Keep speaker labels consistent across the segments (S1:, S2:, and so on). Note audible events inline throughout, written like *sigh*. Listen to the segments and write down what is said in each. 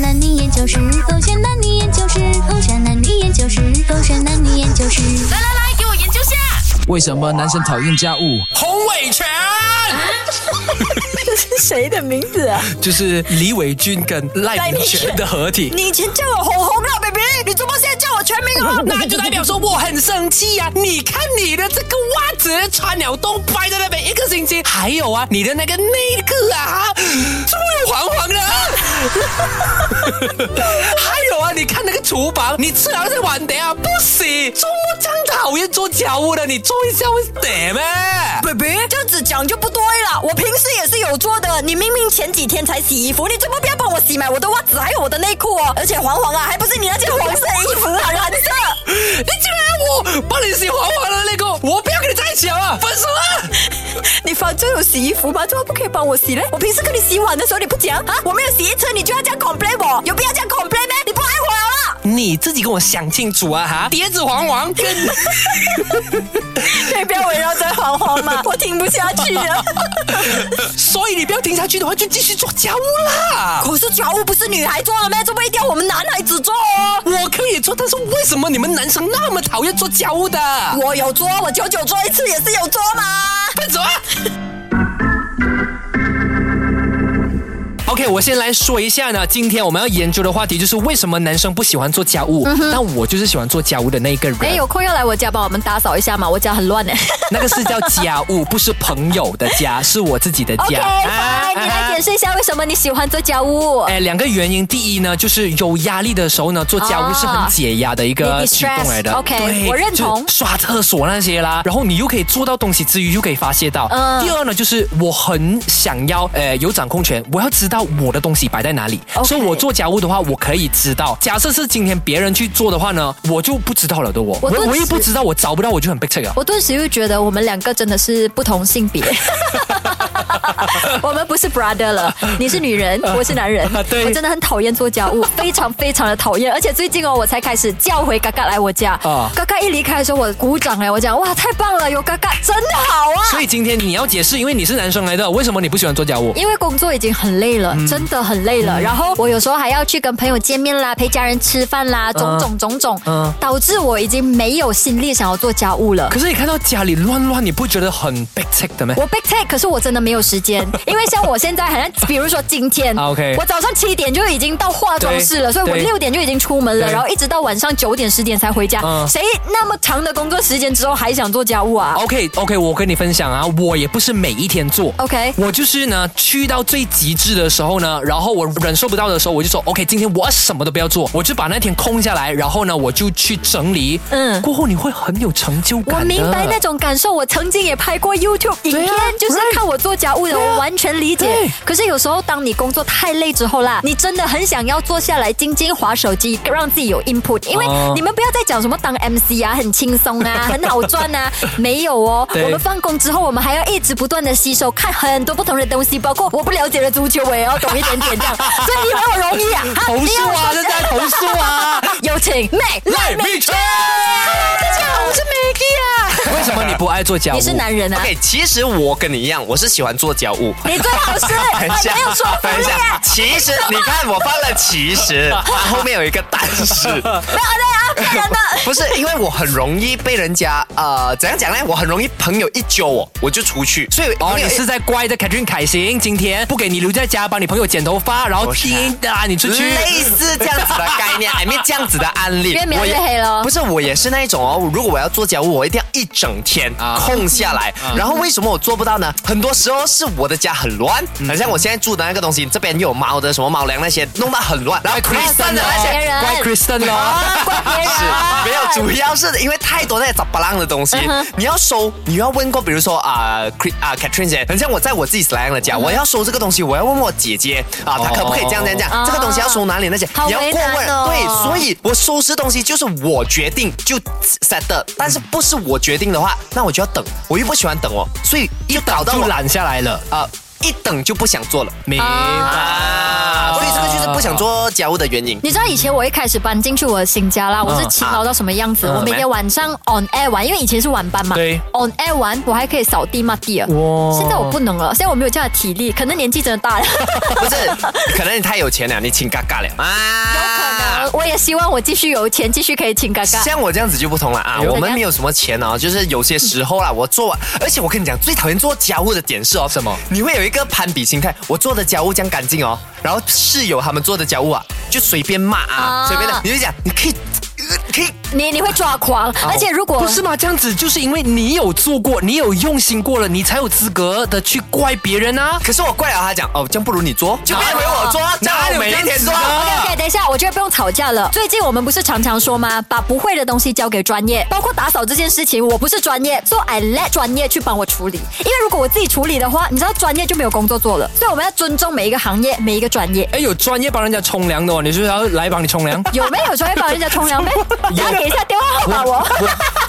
S1: 男女研究室，狗选男女研究室，狗选男女研究室，狗选男女研究室。
S2: 来来来，给我研究下。
S3: 为什么男生讨厌家务？
S4: 洪伟全，
S5: 这是 *laughs* 谁的名字啊？
S4: 就是李伟俊跟赖明全的合体。
S5: 你以前叫我红红了，baby，你怎么现在叫我全名
S4: *laughs*
S5: 哦？
S4: 那就代表说我很生气呀、你看你的这个袜子穿了都摆在那边一个星期，还有啊，你的那个内裤啊，怎么有黄黄的、 *laughs* 啊？还有啊，你看那个厨房，你吃了这个碗碟啊，不洗，怎么这样讨厌做家务的？你做一下会得咩？
S5: baby，这样子讲就不对了。我平时也是有做的，你明明前几天才洗衣服，你怎么不要帮我洗买我的袜子还有我的内裤哦？而且黄黄啊，还不是你那件黄色衣服啊，蓝色。
S4: 你竟然要我帮你洗黄黄的那个，我不要跟你在一起好啊，分手啊！
S5: *laughs* 你房间有洗衣服吗？怎么不可以帮我洗呢？我平时跟你洗碗的时候你不讲啊，我没有洗一次你就要这样 complain 我，有必要这样 complain 吗？你不爱我了啦
S4: 你自己跟我想清楚啊哈！碟子黄黄跟，
S5: 可以不要围绕在黄黄吗？ *laughs* 我听不下去啊 *laughs* 了。
S4: 所以你不要听下去的话，就继续做家务啦。
S5: 可是家务不是女孩做的咩？这不一定要我们男孩子做哦。
S4: 我可以做，但是为什么你们男生那么讨厌做家务的？
S5: 我有做，我久久做一次也是有做嘛。
S4: 分手啊！OK，我先来说一下呢，今天我们要研究的话题就是为什么男生不喜欢做家务，但我就是喜欢做家务的那一个人。
S5: 哎，有空要来我家帮我们打扫一下嘛，我家很
S4: *laughs*
S5: 乱哎。
S4: 那个是叫家务， *laughs* 不是朋友的家，是我自己的
S5: OK，
S4: 家。啊
S5: 拜，你来解。释一下为什么你喜欢做家务？
S4: 哎，两个原因，第一呢，就是有压力的时候呢，做家务是很解压的一个
S5: 你
S4: 举动来的。
S5: distress，OK，
S4: 对
S5: 我认同
S4: 就是刷厕所那些啦，然后你又可以做到东西之余，又可以发泄到。
S5: 嗯
S4: 第二呢，就是我很想要，呃，有掌控权，我要知道我的东西摆在哪里。
S5: OK
S4: 所以我做家务的话，我可以知道。假设是今天别人去做的话呢，我就不知道了的我。我
S6: 我顿时
S4: 我一不知道，我找不到，我就很啊被 i 了。
S6: 我顿时又觉得我们两个真的是不同性
S4: *laughs*
S6: 别，我们不是 brother 了，你是女
S4: *laughs*
S6: 人，我是男人
S4: 啊，对
S6: 我真的很讨厌做家
S4: *laughs*
S6: 务，非常非常的讨厌，而且最近哦，我才开始叫回嘎嘎来我家
S4: 啊，
S6: 嘎嘎一离开的时候，我鼓掌哎，我讲哇太棒了，有嘎嘎真好啊。
S4: *laughs* 所以今天你要解释，因为你是男生来的，为什么你不喜欢做家务？
S6: 因为工作已经很累了，
S4: 嗯
S6: 真的很累了。然后我有时候还要去跟朋友见面啦，陪家人吃饭啦，种种种种，
S4: 嗯
S6: 导致我已经没有心力想要做家务了
S4: 可。是你看到家里乱乱，你不觉得很被 i 的吗？
S6: 我 big take，可是我真的没有时
S4: *laughs*
S6: 间，因为像我现在好像，比如说今天
S4: 啊，OK
S6: 我早上七点就已经到化妆室
S4: 对
S6: 了，所以我
S4: 对
S6: 六点就已经出门了，
S4: 对
S6: 然后一直到晚上九点十点才回家。
S4: 嗯哦
S6: 谁那么长的工作时间之后还想做家务啊
S4: OK OK，我跟你分享啊，我也不是每一天做。
S6: ？OK，
S4: 我就是呢，去到最极致的时候呢，然后我忍受不到的时候，我就说 OK，今天我什么都不要做，我就把那天空下来，然后呢，我就去整理。嗯，
S6: 嗯
S4: 过后你会很有成就感
S6: 我
S4: 的。
S6: 明白那种感受，我曾经也拍过 YouTube
S7: 啊
S6: 影片，就是看我做家务的，我完全理解
S4: 对。
S6: 可是有时候当你工作太累之后啦，你真的很想要坐下来静静划手机，让自己有 input，因为
S4: 哦
S6: 你们不要再讲什么当 MC 啊，很轻松
S7: *laughs*
S6: 啊，很好赚啊，没有哦。
S4: 对
S6: 我们放工之后，我们还要一直不断的吸收，看很多不同的东西，包括我不了解的足球，我也要懂一点点
S7: *laughs*
S6: 这样。所以你以为我容易啊？哈
S4: 投诉啊，
S6: 你
S4: 这
S6: 以为我
S4: 在投诉
S6: *laughs*
S4: 啊，
S6: 有请妹
S4: 赖
S6: 妹
S4: 明全。
S6: 大家好，我是 Maggie 啊。
S4: 为什么你不爱做家务？
S6: 你是男人啊？
S7: OK，其实我跟你一样，我是喜欢做家务。
S6: 你最好是，
S7: *laughs*
S6: 我
S7: 等一
S6: 哦没 *laughs*
S7: 下
S6: 有说，服
S7: 等一
S6: 力
S7: 下
S6: 啊，！
S7: 其实你看我放了其实，它后面有一个但是，
S6: 没有对啊，不然呢？
S7: 不是因为我很容易被人家呃怎样讲呢？我很容易朋友一揪我，我就出去，所以
S4: 哦，
S7: 朋友
S4: 你
S7: 一
S4: 是在怪的 Catherine 凯行，今天不给你留在家，帮你朋友剪头发，然后
S7: 不是啊
S4: 听啊你出去。
S7: 类似这样子的概念，I mean 这样子的案例，
S6: 越描
S7: 我也
S6: 越黑咯
S7: 不是，我也是那一种哦。如果我要做家务，我一定要一整天
S4: 啊
S7: 空下来。然后为什么我做不到呢？很多时候是我的家很乱，
S4: 嗯
S7: 很像我现在住的那个东西，这边又有猫的什么猫粮那些，弄得很乱。然后 Kristen 的那些。
S6: 别人
S4: 怪 Kristen 咯。 *laughs*
S6: 怪别人
S7: 是，没有，主要是因为太多那些杂巴浪的东
S6: 嗯
S7: 西，你要收，你要问过，比如说啊，Chris 啊，Catherine 姐，很像我在我自己 slang 的
S6: 嗯
S7: 家，我要收这个东西，我要问我姐姐啊，她可不可以这样这样这样，这个东西要收哪里那些，
S6: 哦好
S7: 你要
S6: 为
S7: 过
S6: 难
S7: 问，
S6: 哦
S7: 对，所以我收拾东西就是我决定就 set 的，但是不是我决定的话，那我就要等，我又不喜欢等哦，所以就搞到
S4: 就
S7: 我
S4: 懒下来了，
S7: 啊，一等就不想做了。
S4: 明白。
S7: 啊，所以这个就是不想做家务的原因。
S6: 你知道以前我一开始搬进去我的新家啦，我是勤劳到什么样子？
S7: 啊
S6: 我每天晚上 on air 玩，因为以前是晚班嘛。
S4: 对
S6: on air 玩，我还可以扫地抹地了。
S4: 哇
S6: 现在我不能了，现在我没有这样的体力，可能年纪真的大了。
S7: 不是，可能你太有钱了，你请嘎嘎了啊。
S6: 有可能，我也希望我继续有钱，继续可以请嘎嘎。
S7: 像我这样子就不同了啊，
S4: 哎
S6: 呦
S7: 我们没有什么钱哦， *laughs* 就是有些时候啦，我做完，而且我跟你讲，最讨厌做家务的点是哦，
S4: 什么
S7: 你会有一个攀比心态，我做的家务这样干净哦，然后室友他们做的家务啊，就随便骂啊，
S6: 啊
S7: 随便的，你就讲，你可以，呃可以，
S6: 你你会抓狂，而且如果
S4: 不是嘛？这样子就是因为你有做过，你有用心过了，你才有资格的去怪别人啊。
S7: 可是我怪了他讲，哦，这样不如你做，就变回我做，这样
S4: 哪
S7: 我
S4: 有
S7: 每一
S4: 这样
S7: 天
S4: 子啊
S7: 做。
S4: 的
S6: OK，等一下，我觉得不用吵架了。最近我们不是常常说吗？把不会的东西交给专业，包括打扫这件事情，我不是专业，所以 I let 专业去帮我处理。因为如果我自己处理的话，你知道专业就没有工作做了，所以我们要尊重每一个行业，每一个专业。
S4: 哎，有专业帮人家冲凉的哦，你是不是要来帮你
S7: *laughs*
S4: 冲凉？
S6: 有没有专业帮人家冲
S4: *laughs*
S6: 凉呗？大家给一下电话号码我，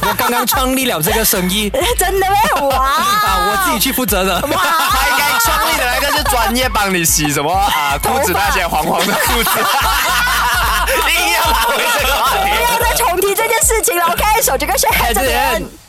S4: 我刚刚创立了这个生意
S6: *laughs* 真的咩？
S4: 啊，我
S6: 哇！
S4: 自己去负责
S7: *laughs*
S4: 的。
S7: 他应该创立的那个是专业帮你洗什么啊裤子那些黄黄的裤子， *laughs* 硬要拉回这个话题
S6: *laughs* 不。要再重提这件事情了，OK？手这个是很
S4: 哎，
S6: 真
S4: 这
S6: 人
S4: 人。